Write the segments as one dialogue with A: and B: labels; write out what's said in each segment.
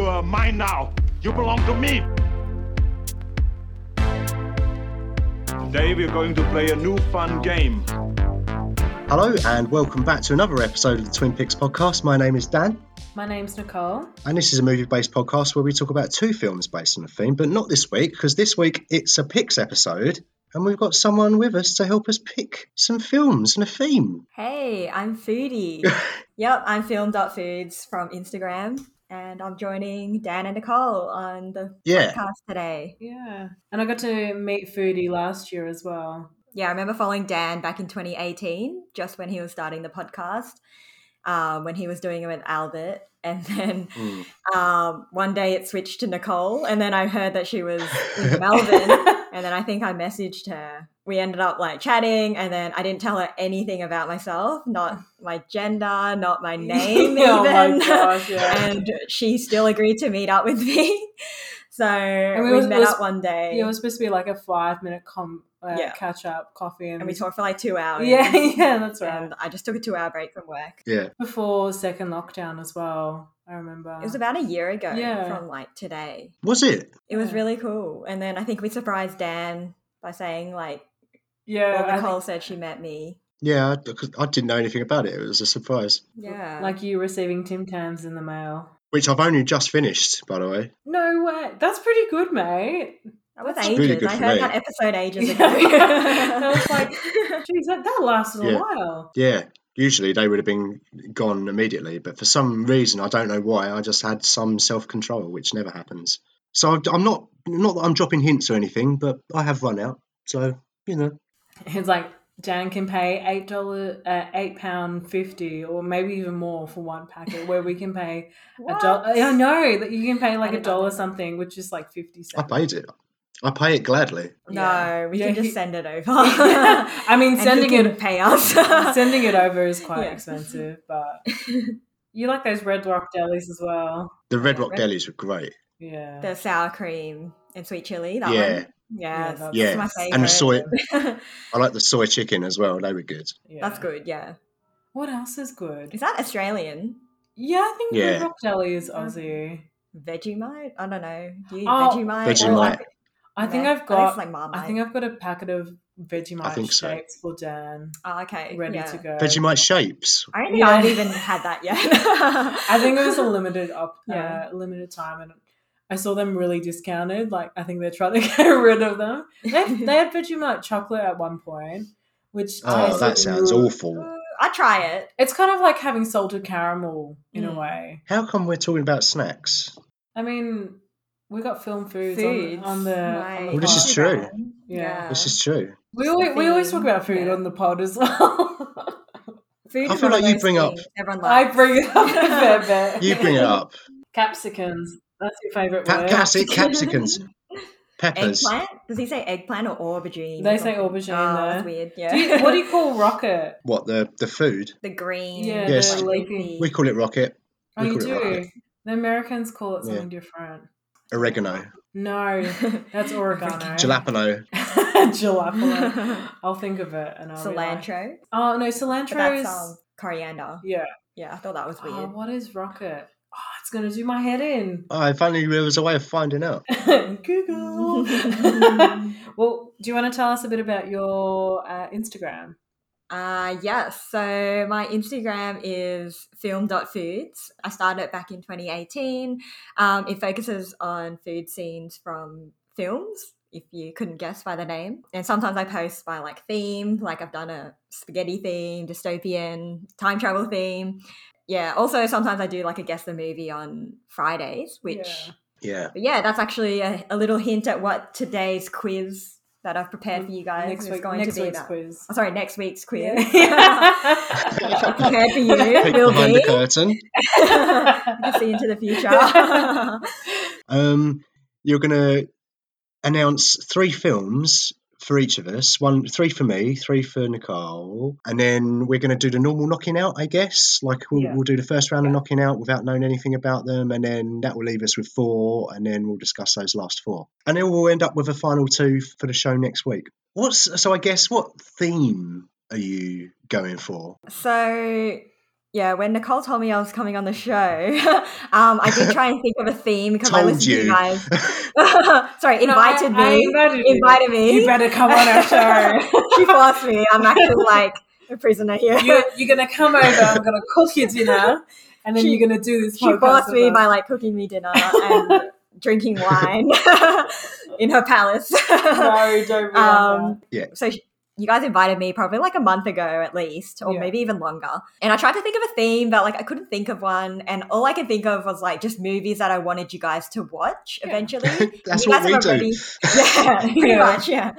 A: are mine now. You belong to me. Today we're going to play a new fun game.
B: Hello, and welcome back to another episode of the Twin Picks podcast. My name is Dan,
C: My name's Nicole.
B: and this is a movie based podcast where we talk about two films based on a theme, but not this week, because this week it's a picks episode, and we've got someone with us to help us pick some films and a theme.
C: Hey, I'm Foodie. yep, I'm Film.Foods from Instagram, and I'm joining Dan and Nicole on the
B: Yeah.
C: podcast today.
D: Yeah. And I got to meet Foodie last year as well.
C: Yeah, I remember following Dan back in 2018, just when he was starting the podcast, um, when he was doing it with Albert. And then
B: Mm.
C: um, one day it switched to Nicole, and then I heard that she was in Melbourne. And then I think I messaged her. We ended up like chatting, and then I didn't tell her anything about myself not my gender, not my name,
D: oh
C: even.
D: my gosh, yeah.
C: and she still agreed to meet up with me. So
D: we
C: we
D: was-
C: met
D: was-
C: up one day
D: yeah. It was supposed to be like a five minute com- uh,
C: Yeah.
D: catch up, coffee, and,
C: and we talked for like two hours.
D: Yeah, yeah, that's right.
C: And I just took a two hour break from work.
B: Yeah.
D: Before second lockdown as well, I remember.
C: It was about a year ago
D: Yeah.
C: from like today.
B: Was it?
C: It was
D: Yeah.
C: really cool. And then I think we surprised Dan by saying, like,
D: yeah,
C: well,
D: I
C: Nicole said she met me.
B: Yeah, I, 'cause I didn't know anything about it. It was a surprise,
C: Yeah.
D: think- like you receiving Tim Tams in the mail.
B: which I've only just finished, by the way.
D: No way. That's pretty good, mate.
C: that was
D: that's
C: ages.
B: really good
C: I
B: for
C: heard
B: me.
C: that episode ages ago.
D: I was like, Jeez, that, that lasted
B: Yeah.
D: a while.
B: Yeah. Usually they would have been gone immediately, but for some reason I don't know why I just had some self control, which never happens. So I've, I'm not not that I'm dropping hints or anything, but I have run out. So you know,
D: It's like Dan can pay eight dollar, uh, eight pound fifty, or maybe even more for one packet, where we can pay A
C: What?
D: dollar. I know that you can pay like
C: I
D: a
C: did not know
D: dollar
C: that.
D: something, which is like fifty
B: I
D: cents.
B: paid it. I pay it gladly.
C: No,
D: Yeah.
C: we
D: Yeah,
C: can just
D: he-
C: send it over.
D: I mean,
C: And he
D: sending
C: can
D: it
C: pay us.
D: sending it over is quite
C: Yeah.
D: expensive, but you like those Red Rock delis as well.
B: The Red Rock
C: Red-
B: delis were great.
D: Yeah,
C: the sour cream and sweet chili. That
B: yeah,
C: one. Yeah.
D: that's-
B: yeah,
C: It's my
B: and the soy.
C: favorite.
B: I like the soy chicken as well. They were good.
D: yeah.
C: That's good. Yeah.
D: What else is good?
C: Is that Australian?
D: yeah, I think
B: Yeah.
D: Red Rock deli is Aussie.
C: Vegemite? I don't know. Do you
D: Oh,
C: Vegemite?
B: Vegemite.
D: I think
C: Meh.
D: I've
C: Oh, that's
D: got.
C: like Marmite.
D: I think I've got a packet of Vegemite
B: I think so.
D: shapes for Dan,
C: Oh, okay.
D: ready
C: yeah.
D: to go.
B: Vegemite shapes.
C: I don't think
D: Yeah.
C: I've even had that yet.
D: I think it was a limited op-
C: Yeah.
D: uh, limited time, and I saw them really discounted. Like I think they're trying to get rid of them. They, they had Vegemite chocolate at one point, which
B: Oh,
D: tasted
B: that sounds
D: really-
B: awful.
C: I try it.
D: It's kind of like having salted caramel in
C: Mm.
D: a way.
B: How come we're talking about snacks?
D: I mean, we got film foods, on-
C: Foods,
D: on, the.
C: like-
D: on the
B: Well, this
D: pod.
B: is true.
D: Yeah.
B: This is true.
D: We always, we always talk
C: Thing.
D: about food
C: Yeah.
D: on the pod as well.
C: Food
B: I
C: is
B: feel
C: one of
B: like you
C: those
B: bring up-
C: things Everyone
D: I
C: likes.
D: bring it up a fair bit.
B: You bring it up.
D: Capsicums. That's your favourite
B: Cap-
D: word.
B: capsi- capsicums, peppers.
C: Eggplant? Does he say eggplant or aubergine?
D: They
C: or
D: say
C: something?
D: aubergine
C: Oh,
D: there.
C: that's weird. Yeah.
D: Do you, what do you call rocket?
B: What the the food?
C: the green.
D: Yeah,
B: the Yes.
D: leafy-
B: We call it rocket.
D: Oh,
B: We
D: you
B: call
D: do.
B: it rocket.
D: The Americans call it
B: Yeah.
D: something different.
B: Oregano,
D: No, that's eh? oregano.
B: jalapeno.
D: Jalapeno. I'll think of it and I'll be like-
C: cilantro.
D: oh no,
C: But
D: cilantro is.
C: that's um, coriander.
D: yeah.
C: Yeah, I thought that was
D: Oh,
C: weird.
D: what is rocket? Oh, it's gonna do my head in.
B: Oh, if only there was a way of finding out.
D: Google. well, do you want to tell us a bit about your uh, Instagram?
C: Uh, yes. So my Instagram is film.foods. I started it back in 2018. Um, it focuses on food scenes from films, if you couldn't guess by the name. And sometimes I post by like theme, like I've done a spaghetti theme, dystopian, time travel theme. Yeah. Also, sometimes I do like a guess the movie on Fridays, which,
D: Yeah.
B: Yeah.
C: but yeah, that's actually a, a little hint at what today's quiz that I've prepared for you guys
D: next
C: is
D: week.
C: going
D: next
C: to be
D: week's
C: about.
D: quiz.
C: Oh, sorry, next week's quiz.
D: Yeah.
C: Prepared for you
B: Peek
C: will
B: behind
C: be.
B: the curtain.
C: You can see into the future.
B: Um, you're gonna announce three films for each of us. One, three for me, three for Nicole, and then we're gonna do the normal knocking out, I guess. Like we'll,
D: Yeah.
B: we'll do the first round of
D: Yeah.
B: knocking out without knowing anything about them, and then that will leave us with four, and then we'll discuss those last four, and then we'll end up with a final two for the show next week. What's so? I guess what theme are you going for?
C: so yeah, when Nicole told me I was coming on the show, um, I did try and think of a theme because I
B: Told
C: listened to
B: you.
C: you guys. Sorry, invited
D: I- I
C: me.
D: invited you.
C: invited me.
D: You better come on our show.
C: she forced me. I'm actually like a prisoner here.
D: you're, you're gonna come over. I'm gonna cook your dinner, and then
C: She-
D: you're gonna do this.
C: she
D: podcast
C: forced
D: with
C: me
D: us.
C: by like cooking me dinner and drinking wine in her palace.
D: no, don't be
C: um,
B: Yeah.
C: So sh- you guys invited me probably like a month ago at least, or
D: Yeah.
C: maybe even longer. And I tried to think of a theme, but like I couldn't think of one. And all I could think of was like just movies that I wanted you guys to watch
D: Yeah.
C: eventually.
B: That's
C: you
B: what
C: guys
B: we
C: have
B: do.
C: already, yeah, pretty
D: Yeah.
C: much, yeah.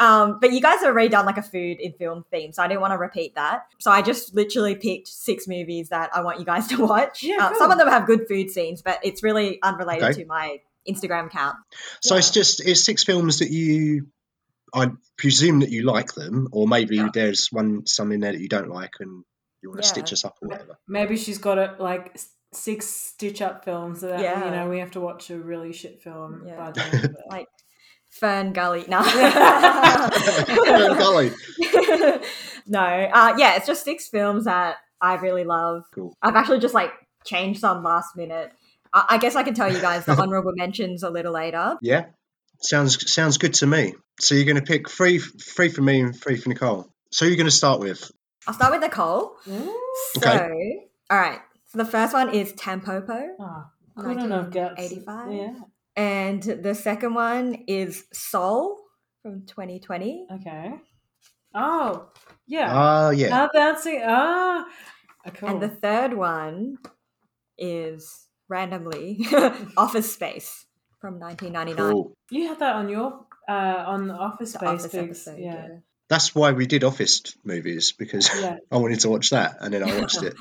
C: Um, but you guys have already done like a food in film theme, so I didn't want to repeat that. So I just literally picked six movies that I want you guys to watch.
D: Yeah,
C: Uh, some
D: cool.
C: of them have good food scenes, but it's really unrelated
B: Okay.
C: to my Instagram account.
B: So it's
D: Yeah.
B: just it's six films that you I presume that you like them, or maybe
C: Yeah.
B: there's one some in there that you don't like and you want to stitch
C: Yeah.
B: us up or whatever.
D: Maybe she's got it like s- six stitch up films that you
C: Yeah.
D: know we have to watch a really shit film.
C: Yeah.
D: By the end of it.
C: Like Fern Gully. No.
B: Golly.
C: no. Uh, yeah, it's just six films that I really love.
B: Cool.
C: I've actually just like changed some last minute. I, I guess I can tell you guys the honorable mentions a little later.
B: Yeah, sounds sounds good to me. So you're going to pick three three for me and three for Nicole. So who are you going to start with?
C: I'll start with Nicole. So, all right. So the first one is Tampopo,
D: Ah, good enough guess.
C: 1985?
D: Yeah.
C: and the second one is Soul from 2020.
D: Okay. Oh, yeah.
B: Ah, yeah.
D: How bouncy. Ah, Ah, cool.
C: And the third one is randomly Office Space from 1999.
B: Cool.
D: you had that on your uh on the Office
C: The
D: Space.
C: Office
D: big-
C: episode.
D: yeah.
B: That's why we did Office movies because
D: yeah.
B: I wanted to watch that and then I watched it.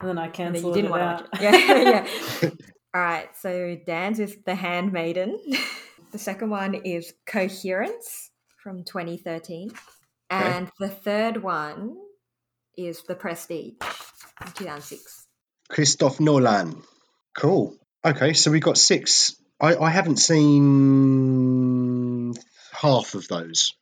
D: And then I
C: And then
D: cancelled
C: you
D: it
C: didn't want
D: out.
C: to watch it. Yeah, yeah. All right, so Dan's is The Handmaiden. The second one is Coherence from 2013. And the third one is The Prestige from 2006.
B: Christoph Nolan. Cool. Okay, so we've got six. I, I haven't seen half of those.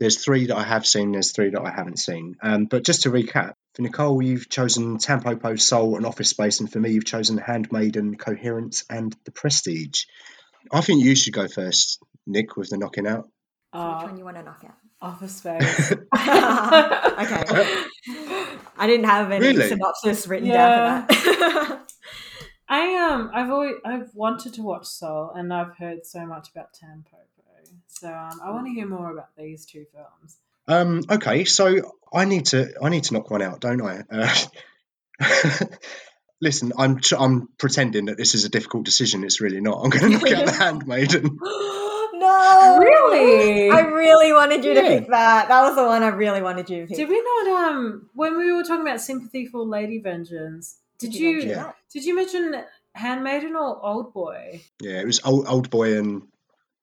B: There's three that I have seen, there's three that I haven't seen. Um, but just to recap, for Nicole, you've chosen Tampopo, Soul, and Office Space, and for me, you've chosen Handmaiden, Coherence, and The Prestige. I think you should go first, Nick, with the knocking out.
C: So Which
D: Oh,
C: one you want to knock
D: Office Space.
C: out? okay. I didn't have any
B: Really?
C: synopsis written
D: Yeah.
C: down for that.
D: I um I've always I've wanted to watch Soul and I've heard so much about Tampopo. So um, I want to hear more about these two films.
B: Um, okay, so I need to I need to knock one out, don't I? Uh, listen, I'm tr- I'm pretending that this is a difficult decision. It's really not. I'm going to knock out the Handmaiden.
C: no,
D: Really?
C: I really wanted you to
B: Yeah.
C: pick that. That was the one I really wanted you to pick.
D: Did we not um when we were talking about sympathy for Lady Vengeance? Did you
C: mention
B: Yeah.
C: that?
D: did you mention Handmaiden or Old Boy?
B: Yeah, it was old, old boy and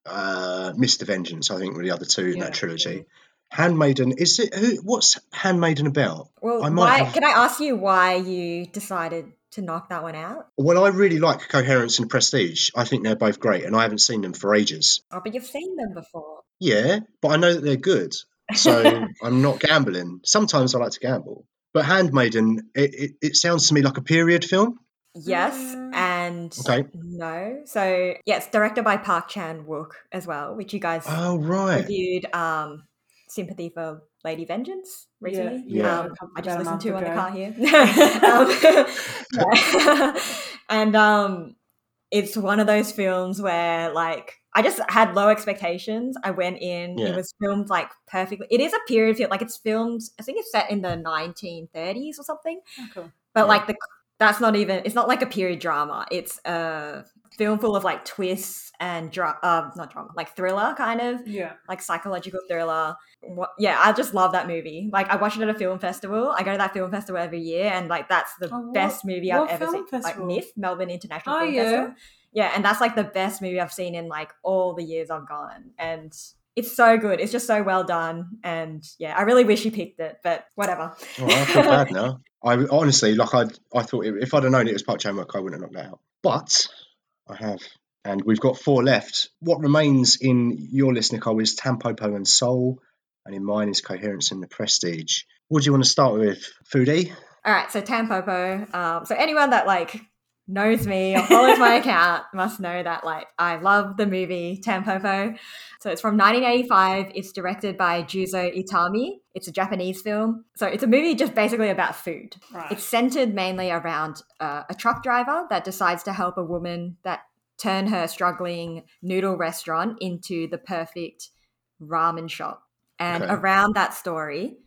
B: uh, Mr. Vengeance. I think were the other two in
D: Yeah,
B: that trilogy. Handmaiden is it? Who? What's Handmaiden about?
C: Well,
B: I might
C: why?
B: have-
C: Can I ask you why you decided to knock that one out?
B: Well, I really like Coherence and Prestige. I think they're both great, and I haven't seen them for ages.
C: Oh, but you've seen them before.
B: Yeah, but I know that they're good, so I'm not gambling. Sometimes I like to gamble, but Handmaiden, it, it, it sounds to me like a period film.
C: Yes
D: Mm.
C: and
B: Okay.
C: no. So, yes, directed by Park Chan Wook as well, which you guys
B: Oh right.
C: reviewed um, Sympathy for Lady Vengeance recently.
D: Yeah,
B: yeah.
C: Um, I
D: About
C: just
D: a
C: listened to
D: month
C: on the
D: ago.
C: car here. um, yeah. and um, it's one of those films where, like, I just had low expectations. I went in,
B: Yeah.
C: it was filmed like perfectly. It is a period film, like, it's filmed, I think it's set in the 1930s or something.
D: Oh, cool.
C: But,
B: Yeah.
C: like, the that's not even, it's not like a period drama. It's a film full of like twists and dra- uh, not drama, like thriller kind of
D: Yeah.
C: like psychological thriller. What, yeah, I just love that movie. Like I watch it at a film festival. I go to that film festival every year, and like that's the
D: Oh, what-
C: best movie
D: what
C: I've ever
D: film
C: seen.
D: festival?
C: Like MIF, Melbourne International
D: Oh
C: Film
D: yeah.
C: Festival. Yeah, and that's like the best movie I've seen in like all the years I've gone, and it's so good. It's just so well done, and yeah, I really wish you picked it, but whatever.
B: Oh, I feel bad now. I honestly, like, I I thought it, if I'd have known it was Park Chan Wook, I wouldn't have knocked that out. But I have, and we've got four left. What remains in your list, Nicole, is Tampopo and Soul, and in mine is Coherence and the Prestige. What do you want to start with, Foodie?
C: All right, so Tampopo. Um, so anyone that like knows me or follows my account must know that like I love the movie Tampopo. So it's from 1985. It's directed by Juzo Itami. It's a Japanese film. So it's a movie just basically about food.
D: Right.
C: It's centered mainly around uh, a truck driver that decides to help a woman that turn her struggling noodle restaurant into the perfect ramen shop. And
B: Okay.
C: around that story,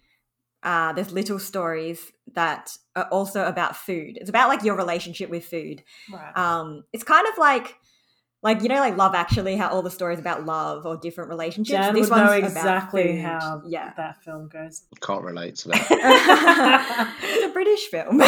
C: uh, there's little stories that are also about food. It's about like your relationship with food.
D: right.
C: Um, it's kind of like, like you know, like Love Actually, how all the stories about love or different relationships.
D: Jan
C: this
D: would know
C: one's
D: exactly
C: about food.
D: how
C: yeah.
D: that film goes.
B: Can't relate to that.
C: it's a British film.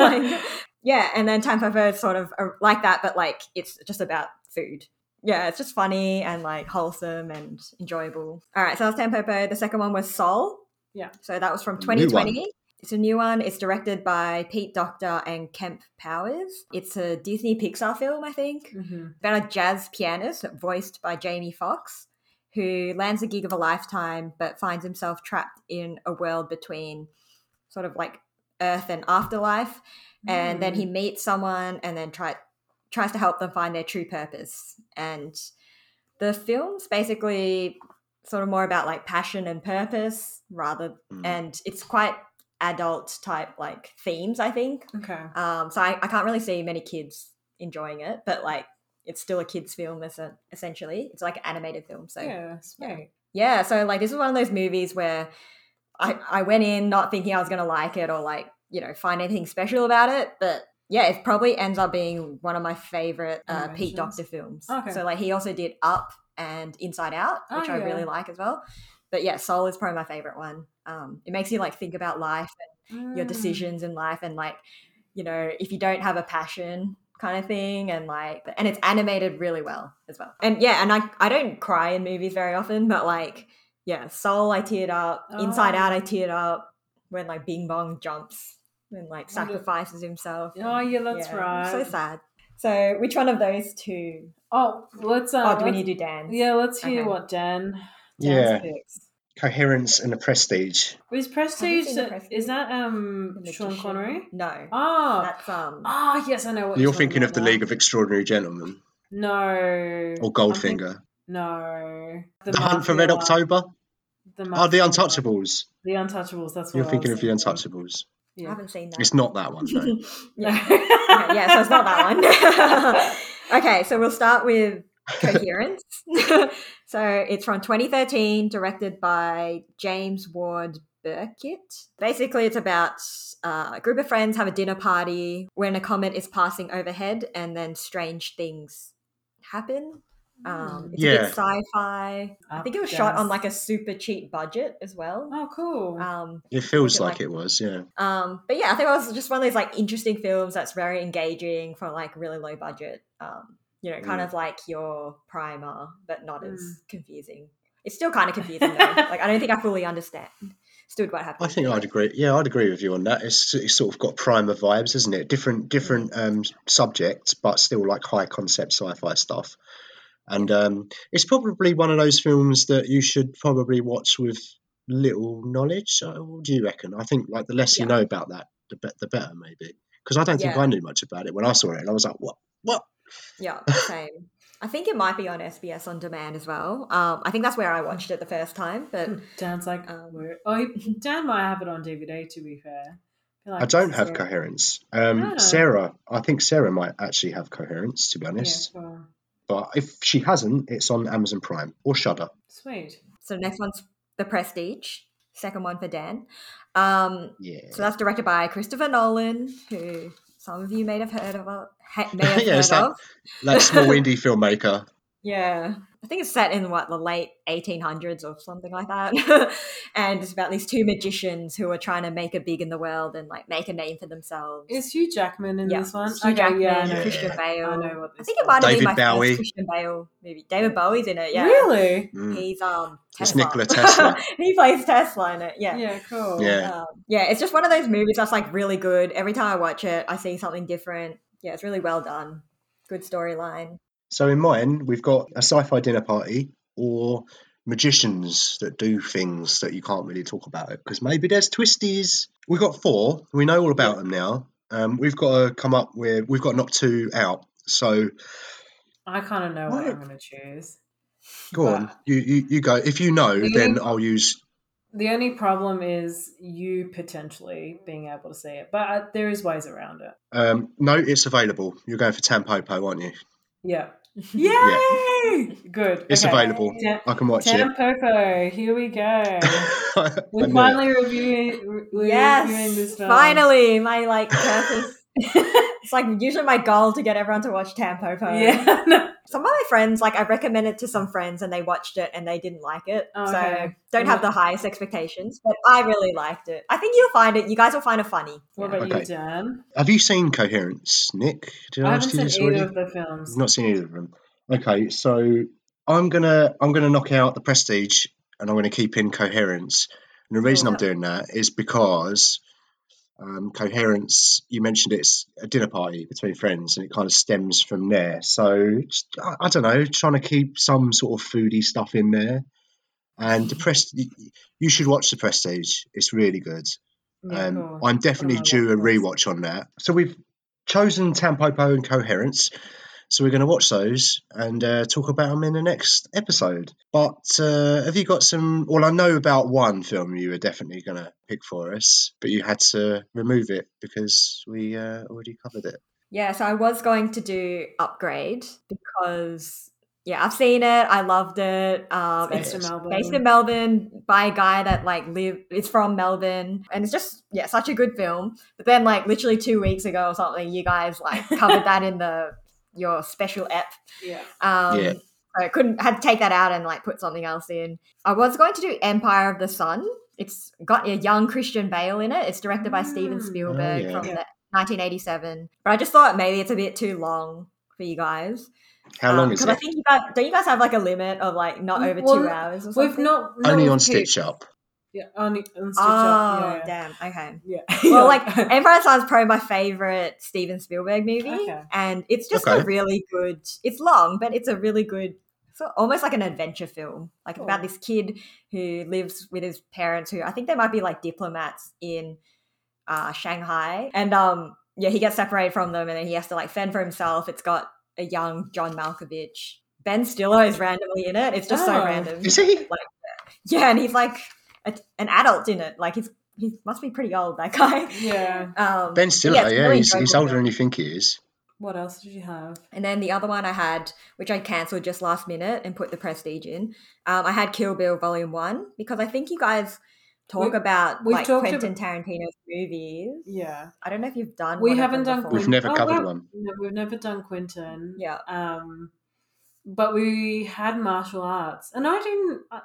C: Like, yeah, and then Tampopo is sort of uh, like that, but like it's just about food. Yeah, it's just funny and like wholesome and enjoyable. All right, so that was Tampopo. The second one was Soul.
D: Yeah.
C: So that was from
B: New one.
C: 2020. It's a new one. It's directed by Pete Doctor and Kemp Powers. It's a Disney Pixar film, I think
D: hmm
C: about a jazz pianist voiced by Jamie Foxx who lands a gig of a lifetime but finds himself trapped in a world between sort of like earth and afterlife and then he meets someone and then try, tries to help them find their true purpose and the film's basically sort of more about like passion and purpose rather
B: Mm.
C: and it's quite adult type like themes i think
D: Okay.
C: um, so I, I can't really see many kids enjoying it, but like it's still a kids' film es- essentially. It's like an animated film. So yeah.
D: yeah, sweet.
C: so like this is one of those movies where I, I went in not thinking I was gonna like it or like, you know, find anything special about it, but yeah, it probably ends up being one of my favorite uh,
D: Animations?
C: Pete Doctor films.
D: Okay.
C: So like he also did Up and Inside Out,
D: Oh,
C: which I
D: yeah.
C: really like as well. But yeah, Soul is probably my favorite one. Um, it makes you like think about life your
D: Mm.
C: decisions in life and like you know if you don't have a passion kind of thing and like and it's animated really well as well and yeah and i i don't cry in movies very often but like yeah soul i teared up inside
D: Oh.
C: out i teared up when like bing bong jumps and like
D: Wonder-
C: sacrifices himself
D: Oh, yeah, that's
C: Yeah,
D: right.
C: so sad so which one of those two
D: Oh, let's. Um,
C: oh do we
D: let's-
C: need to do dance
D: Yeah, let's hear
C: Okay.
D: what Dan. Dan's
B: Yeah.
D: picks.
B: Coherence and a prestige.
D: Was
C: you
D: Prestige,
C: seen The Prestige?
D: is that um
C: The
D: Sean
C: Magician.
D: Connery?
C: no
D: Oh,
C: that's um
D: oh yes, I know what
B: You're
D: talking
B: thinking of
D: about
B: the
D: now.
B: League of Extraordinary Gentlemen
D: No.
B: or
D: I'm think-
B: Goldfinger.
D: no.
B: The, Hunt for Red
D: Mafia-
B: October.
D: The
B: Oh, The
D: Mafia-
B: Untouchables.
D: The Untouchables. That's what
B: You're
D: I
B: thinking
D: was
B: of The Untouchables.
C: i
D: Yeah.
C: haven't seen that
B: It's not that one, no.
C: yeah Okay, yeah, so it's not that one. okay, so we'll start with Coherence. so it's from 2013, directed by James Ward Burkitt. Basically, it's about uh, a group of friends have a dinner party when a comet is passing overhead and then strange things happen. Um, it's a
B: Yeah.
C: bit sci fi. I think it was shot on like a super cheap budget as well.
D: Oh, cool.
C: Um,
B: It feels
C: Look at,
B: like,
C: like-
B: it was, yeah.
C: um, but yeah, I think it was just one of those like interesting films that's very engaging for like really low budget. Um, you know, kind
B: Mm.
C: of like your primer, but not as
D: Mm.
C: confusing. It's still kind of confusing though. like I don't think I fully understand stood what
B: I
C: happened.
B: think I'd agree. Yeah, I'd agree with you on that. It's, it's sort of got primer vibes, isn't it? Different different um, subjects, but still like high concept sci-fi stuff. And um, it's probably one of those films that you should probably watch with little knowledge. Uh, What do you reckon? I think like the less you
C: Yeah.
B: know about that, the, be- the better maybe. Because I don't think
C: Yeah.
B: I knew much about it when I saw it, and I was like, "What? What?"
C: Yeah, same. I think it might be on SBS on demand as well. Um, I think that's where I watched it the first time, but
B: Hmm.
D: Dan's like,
C: Um,
D: where- oh, he- Dan might have it on DVD. To be fair, He
B: I
D: likes
B: don't
D: to
B: have
D: see it.
B: coherence. Um,
D: Ah.
B: Sarah, I think Sarah might actually have coherence, to be
D: Yeah,
B: honest.
D: cool.
B: But if she hasn't, it's on Amazon Prime or Shudder.
D: Sweet.
C: so next one's The Prestige, second one for Dan. Um,
B: Yeah.
C: So that's directed by Christopher Nolan, who some of you may have heard of. ha- May have
B: Yeah,
C: heard
B: it's that-
C: of.
B: that small indie filmmaker.
C: Yeah, I think it's set in what the late 1800s or something like that, and it's about these two magicians who are trying to make it big in the world and like make a name for themselves.
D: Is Hugh Jackman in this one?
C: Hugh Jackman,
D: yeah, I know.
B: Yeah.
C: Christian Bale.
D: I know what
C: I
D: this
C: think it might have
B: David
C: been my
B: Bowie.
C: first Christian Bale movie. David Bowie's in it. Yeah,
D: Really?
B: Mm.
C: He's um Tesla.
B: It's Nikola Tesla.
C: he plays Tesla in it.
D: Yeah, cool.
B: Yeah.
C: Um, yeah, it's just one of those movies that's like really good. Every time I watch it, I see something different. Yeah, it's really well done. Good storyline.
B: So in mine, we've got a sci-fi dinner party or magicians that do things that you can't really talk about it because maybe there's twisties. We've got four. We know all about them now. Um, we've got to come up with. We've got to knock two out. So
D: I kind of know what,
B: What?
D: I'm going to choose.
B: go on. You, you you go. If you know,
D: You-
B: then I'll use.
D: The only problem is you potentially being able to see it, but uh, there is ways around it.
B: Um, no, it's available. You're going for Tampopo, aren't you?
D: Yeah. Yay!
C: Yeah.
D: Good.
B: It's
D: okay.
B: available.
D: Ta-
B: I can watch
D: Tampopo, here we go.
B: it. I
D: We're
B: knew it.
D: finally reviewing, we're reviewing
C: Yes,
D: this film.
C: finally, my like purpose. it's like usually my goal to get everyone to watch Tampopo.
D: Yeah. no.
C: Some of my friends, like I recommended to some friends, and they watched it and they didn't like it.
D: Oh,
C: so
D: okay.
C: don't have the highest expectations, but I really liked it. I think you'll find it. You guys will find it funny.
D: What about
B: Okay.
D: you, Dan?
B: Have you seen Coherence, Nick? Did
D: I
B: I,
D: haven't
B: ask you
D: seen
B: this
D: either
B: already?
D: of the films.
B: I've not seen either of them. Okay, so I'm gonna I'm gonna knock out the Prestige, and I'm gonna keep in Coherence. And the reason
D: Oh,
B: I'm
D: wow.
B: doing that is because um, Coherence, you mentioned it's a dinner party between friends, and it kind of stems from there. So just- I, I don't know, trying to keep some sort of foodie stuff in there. And the Pres- y- y- you should watch the Prestige. It's really good.
D: Yeah,
B: um,
D: cool.
B: I'm definitely
D: watch
B: due a
D: list.
B: rewatch on that. So we've chosen Tampopo and Coherence. So we're going to watch those and uh, talk about them in the next episode. But uh, have you got some? Well, I know about one film you were definitely going to pick for us, but you had to remove it because we uh, already covered it.
C: Yeah, so I was going to do upgrade because yeah, I've seen it. I loved it. Um,
D: Based
C: it's
D: in Melbourne.
C: based in Melbourne by a guy that like live. It's from Melbourne, and it's just yeah, such a good film. But then like literally two weeks ago or something, you guys like covered that in the your special ep.
D: Yeah.
C: Um,
B: Yeah.
C: So I couldn't had to take that out and like put something else in. I was going to do Empire of the Sun. It's got a young Christian Bale in it. It's directed by Steven
D: Mm.
C: Spielberg
B: Oh, yeah.
C: from
D: Yeah.
C: the 1987. But I just thought maybe it's a bit too long for you guys.
D: Um,
B: How long is
C: Because I
B: it? Mm,
C: think you guys don't you guys have like a limit of like not over
D: Well,
C: two hours or something.
D: We've not, not
B: Only
D: with
B: on
D: kids.
B: Stitch Up.
D: Yeah, only on Stitch
C: Oh
D: Up. Yeah.
C: damn. Okay.
D: yeah.
C: Well, like Empire of the Sun is probably my favorite Steven Spielberg movie,
D: Okay.
C: and it's just
B: Okay.
C: a really good. It's long, but it's a really good. It's almost like an adventure film, like
D: Cool.
C: about this kid who lives with his parents, who I think they might be like diplomats in uh, Shanghai, and um, yeah, he gets separated from them, and then he has to like fend for himself. It's got a young John Malkovich. Ben Stiller is randomly in it. It's just
D: Oh.
C: so random.
B: Is he?
C: Yeah, and he's like a, an adult in it. Like he's he must be pretty old. That guy.
D: yeah.
C: Um,
B: Ben
C: but
B: Stiller,
C: it's
B: yeah,
C: a really
B: he's, he's
C: enjoyable
B: older
C: film.
B: than you think he is.
D: What else did you have?
C: And then the other one I had, which I cancelled just last minute and put the prestige in, um, I had Kill Bill Volume 1 because I think you guys talk
D: We-
C: about
D: we've
C: like
D: talked
C: Quentin Tarantino's movies.
D: Yeah.
C: I don't know if you've done
D: we
C: one of
D: haven't
C: them
D: done
C: before.
B: We've never covered
D: Um, oh, well,
B: one.
D: No, we've never done Quentin.
C: Yeah.
D: Um, but we had martial arts, and I didn't. I,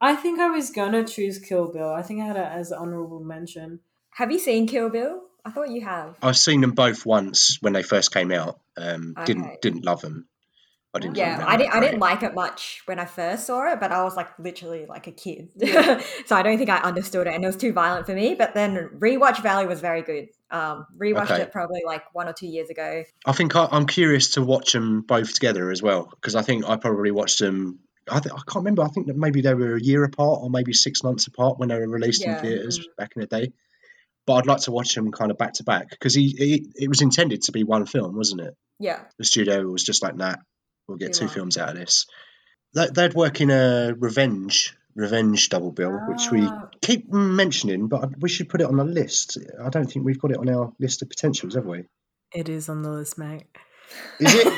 D: I think I was gonna choose Kill Bill. I think I had it as honorable mention.
C: Have you seen Kill Bill? I thought you have.
B: I've seen them both once when they first came out. Um,
C: Okay.
B: Didn't didn't love them. I didn't.
C: Yeah,
B: love them
C: I didn't. I
B: that
C: didn't
B: great.
C: like it much when I first saw it, but I was like literally like a kid,
D: Yeah.
C: so I don't think I understood it, and it was too violent for me. But then rewatch Valley was very good. Um, rewatched
B: Okay.
C: it probably like one or two years ago.
B: I think I, I'm curious to watch them both together as well because I think I probably watched them. I, th- I can't remember. I think that maybe they were a year apart or maybe six months apart when they were released
C: Yeah,
B: in
C: mm.
B: theaters
D: mhm.
B: back in the day. But I'd like to watch them kind of back to back because he, he it was intended to be one film, wasn't it?
D: Uh,
C: Yeah,
B: The studio was just like, nah, we'll get
C: Too
B: two
C: long.
B: films out of this. They, they'd work in a revenge revenge double bill, which we
D: Ah.
B: keep mentioning, but I- we should put it on the list. I don't think we've got it on our list of potentials, have we?
D: It is on the list, mate.
B: Is it?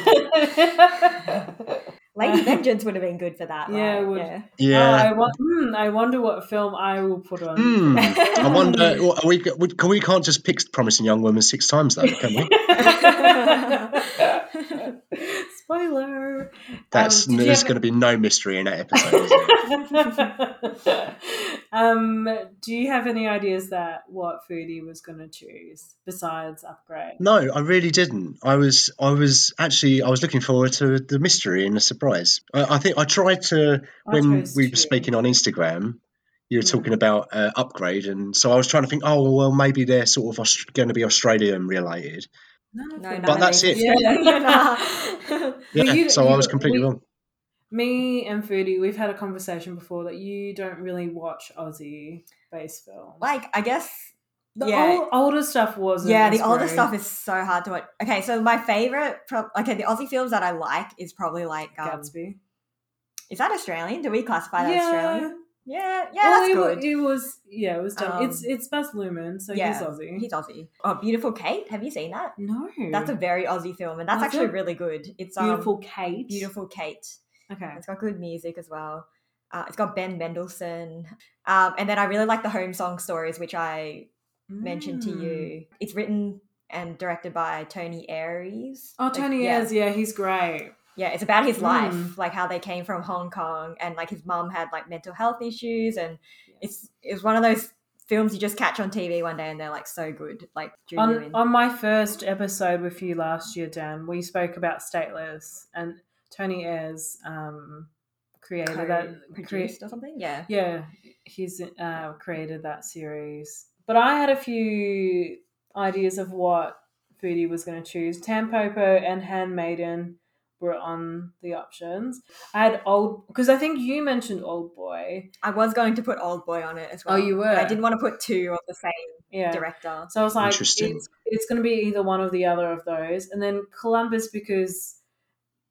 C: Lady Vengeance would have been good for that.
D: Yeah, it
C: right?
D: would.
C: yeah.
B: yeah.
D: I, wa- hmm, I wonder what film I will put on.
B: Hmm. I wonder.
D: Hmm.
B: well, Are we, we can we can't just pick promising young woman six times though, can
D: Um,
B: we?
D: Spoiler.
B: That's
D: Um, did you
B: there's
D: have-
B: going to be no mystery in that episode. Is there?
D: um, do you have any ideas that what foodie was going to choose besides upgrade?
B: no, I really didn't. I was I was actually I was looking forward to the mystery and the surprise. I, I think I tried to
D: I
B: when
D: chose
B: we were
D: two.
B: speaking on Instagram. You were
D: Mm.
B: talking about uh, upgrade, and so I was trying to think. Oh well, maybe they're sort of going to be Australian related.
D: None of
C: No,
D: them.
C: none
B: But
C: of
B: that's
C: these
B: it.
C: are
D: Yeah.
C: good.
B: Yeah,
D: Well, you-
B: so I was
D: you-
B: completely
D: we-
B: wrong.
D: me and Foodie, we've had a conversation before that you don't really watch Aussie based films.
C: Like, I guess
D: the
C: yeah.
D: old, older stuff wasn't.
C: yeah,
D: as
C: the older
D: great.
C: stuff is so hard to watch. Okay, so my favorite, pro- okay, the Aussie films that I like is probably like, um,
D: Gatsby.
C: is that Australian? Do we classify that
D: yeah.
C: Australian? Yeah, yeah,
D: Well,
C: that's
D: it,
C: good.
D: wa- it was yeah, it was done.
C: Um,
D: it's it's Baz Luhrmann, so
C: yeah,
D: he's Aussie.
C: He's Aussie. Oh, Beautiful Kate. Have you seen that?
D: no,
C: That's a very Aussie film, and that's
D: Is
C: actually
D: it?
C: really good. It's um,
D: beautiful Kate.
C: Beautiful Kate.
D: Okay.
C: It's got good music as well. Uh, it's got Ben Mendelsohn, um, and then I really like the Home Song Stories, which I mentioned to
D: Mm.
C: you. It's written and directed by Tony Aries.
D: Oh,
C: Like,
D: Tony
C: yeah.
D: is. Yeah, he's great.
C: Yeah, it's about his life,
D: Mm.
C: like how they came from Hong Kong and like his mum had like mental health issues and it's it's one of those films you just catch on TV one day and they're like so good, like drew you
D: On,
C: in.
D: on my first episode with you last year, Dan, we spoke about Stateless, and Tony Ayres um, created that. Created,
C: produced or something. Yeah.
D: yeah, he's uh, created that series. But I had a few ideas of what Foodie was going to choose. Tampopo and Handmaiden were on the options. I had old because I think you mentioned Old Boy.
C: I was going to put Old Boy on it as well.
D: Oh, you were.
C: but I didn't want to put two of the same
D: Yeah.
C: director.
D: So I was like, it's,
B: Interesting.
D: it's going to be either one or the other of those. And then Columbus because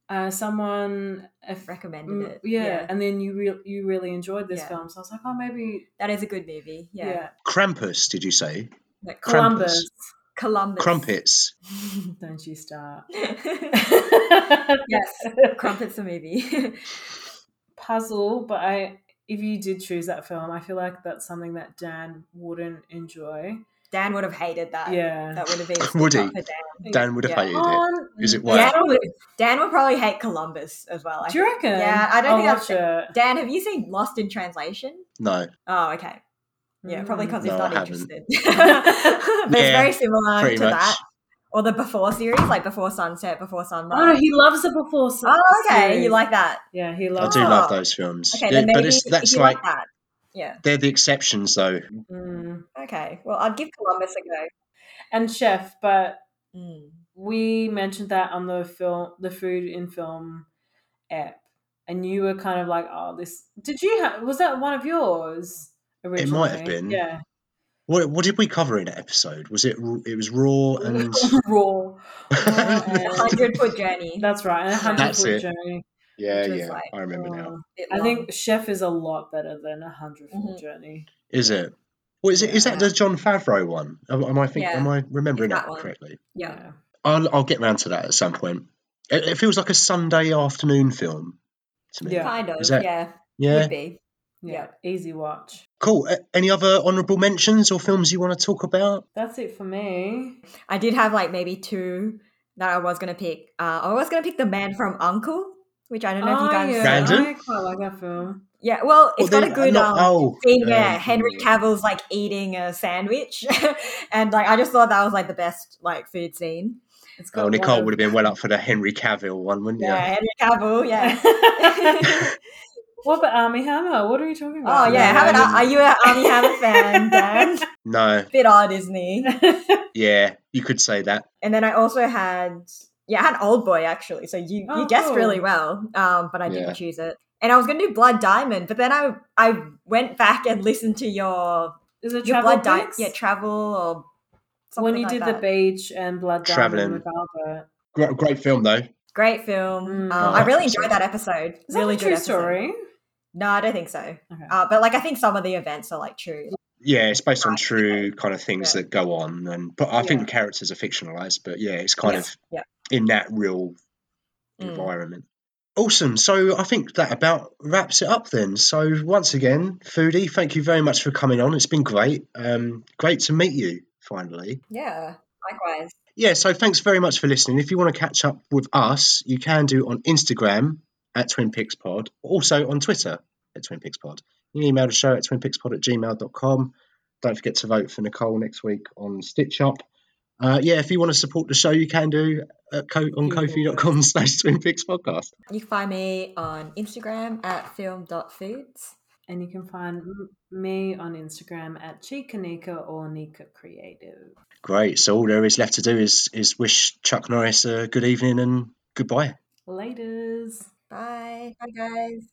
D: uh, someone if,
C: Recommended
D: mm,
C: it.
D: yeah, and then you re- you really enjoyed this
C: Yeah.
D: film. So I was like, oh, maybe
C: That is a good movie.
D: yeah,
C: Yeah.
B: Krampus, did you say?
C: Like Col-
D: Columbus.
C: Columbus.
B: Crumpets.
D: Don't you start.
C: yes. Crumpet's a movie.
D: Puzzle, but I if you did choose that film, I feel like that's something that Dan wouldn't enjoy.
C: Dan would have hated that.
D: Yeah.
C: That would have been
B: Would
C: up
B: he?
C: for Dan.
B: Dan would have
C: Yeah. Oh.
B: hated it.
D: Um,
B: Is it
D: Dan-
B: worth
C: Dan would, Dan would probably hate Columbus as well. I
D: Do you
C: think.
D: reckon?
C: Yeah, I don't
D: I'll
C: think that's-
D: watch it.
C: Dan, have you seen Lost in Translation?
B: No.
C: Oh, okay. Yeah,
D: Mm.
C: probably because
B: No,
C: he's
B: I
C: not
B: haven't.
C: interested. but it's
B: Yeah,
C: very similar
B: pretty
C: to
B: much.
C: that. Or the Before series, like Before Sunset, Before
D: Oh,
C: Sunrise.
D: he loves it before. Sun-
C: Oh, okay. You
D: series.
C: like that?
D: Yeah, he
B: I
D: loves.
B: do
C: Oh.
B: love those films.
C: Okay,
B: Yeah,
C: then maybe
B: but it's,
C: if
B: that's
C: you
B: like,
C: like, that. Yeah.
B: they're the exceptions, though.
D: Mm.
C: Okay. Well, I'd give Columbus a go.
D: And chef, but
C: Mm.
D: we mentioned that on the film, the food in film app, and you were kind of like, "Oh, this." Did you? Ha- was that one of yours originally?
B: might have been.
D: Yeah,
B: What, what did we cover in that episode? Was it r- it was raw and
D: raw. raw
C: A
D: and-
C: hundred foot journey.
D: that's right, and a hundred
B: That's
D: foot
B: it.
D: journey.
B: yeah
C: Which was
B: yeah
C: like,
B: I remember now.
D: Oh.
C: Bit
D: I
C: long.
D: think chef is a lot better than a hundred foot
C: Mhm.
D: journey.
B: Is it? Well, is it? Is that
C: Yeah.
B: the John Favreau one? Am, am I think?
C: Yeah,
B: Am I remembering
C: it's
B: that,
C: that one.
B: correctly?
C: yeah.
B: I'll I'll get round to that at some point. It, it feels like a Sunday afternoon film to me.
D: Yeah.
C: Kind of.
B: Is that-
C: yeah.
B: Yeah.
C: Would be.
D: yeah, yeah. easy watch.
B: Cool. A- Any other honourable mentions or films you want to talk about?
D: That's it for me.
C: I did have like maybe two that I was gonna pick. Uh, I was gonna pick the man from Uncle, which I uh, don't know if you
D: Oh,
C: guys.
D: yeah,
B: Brandon?
D: I quite like that film.
C: Yeah, well, it's
B: Well,
C: got
B: then,
C: a good
B: not-
C: um,
B: oh,
C: scene where
B: um,
C: Henry Cavill's like eating a sandwich, and like I just thought that was like the best like food scene.
D: It's got
B: Oh,
D: one
B: Nicole
D: of-
B: would have been well up for the Henry Cavill one, wouldn't you?
C: Yeah, Henry Cavill. Yeah.
D: what about Army Hammer? um, What are you talking
C: oh
D: about?
C: yeah,
B: Yeah,
C: have an,
B: I didn't-
C: are you an Army Hammer fan, Dan?
B: No.
C: Bit odd, isn't he?
B: Yeah, you could say that.
C: And then I also had yeah, I had Old Boy actually. So you
D: Oh,
C: you guessed
D: cool.
C: really well, um, but I
B: Yeah.
C: didn't choose it. And I was gonna do Blood Diamond, but then I I went back and listened to your
D: Is it
C: your
D: Travel
C: Blood Diamond,
D: Picks?
C: yeah, travel or something
D: When you
C: like
D: did the
C: that.
D: beach and Blood
B: Traveling.
D: Diamond with Albert.
B: Great, great film though.
C: Great film.
D: Mm.
C: Um,
B: Oh,
C: I really
B: that's
C: enjoyed that episode.
D: Is
C: really
D: that a true
C: good episode.
D: story?
C: No, I don't think so.
D: Okay.
C: Uh, but like, I think some of the events are like true.
B: Yeah, it's based on true kind of things
C: Yeah.
B: that go on, and but I think
D: Yeah.
B: the characters are fictionalized, but yeah, it's kind
C: Yes,
B: of
C: yeah.
B: in that real
C: Mm.
B: environment. Awesome. So I think that about wraps it up then. So once again, Foodie, thank you very much for coming on. It's been great. Um, great to meet you finally.
C: Yeah. Likewise.
B: Yeah, so thanks very much for listening. If you want to catch up with us, you can do on Instagram at Twin Peaks Pod, also on Twitter at Twin Peaks Pod. You can email the show at twinpeakspod at gmail.com. Don't forget to vote for Nicole next week on Stitch Up. Uh, yeah, if you want to support the show, you can do at co- on
D: Google
B: ko-fi.com slash Twin Peaks Podcast.
C: You can find me on Instagram at film.foods.
D: And you can find m- me on Instagram at Chica Nika or Nika Creative.
B: Great. So all there is left to do is is wish Chuck Norris a good evening and goodbye.
D: Laters.
C: Bye. Bye, guys.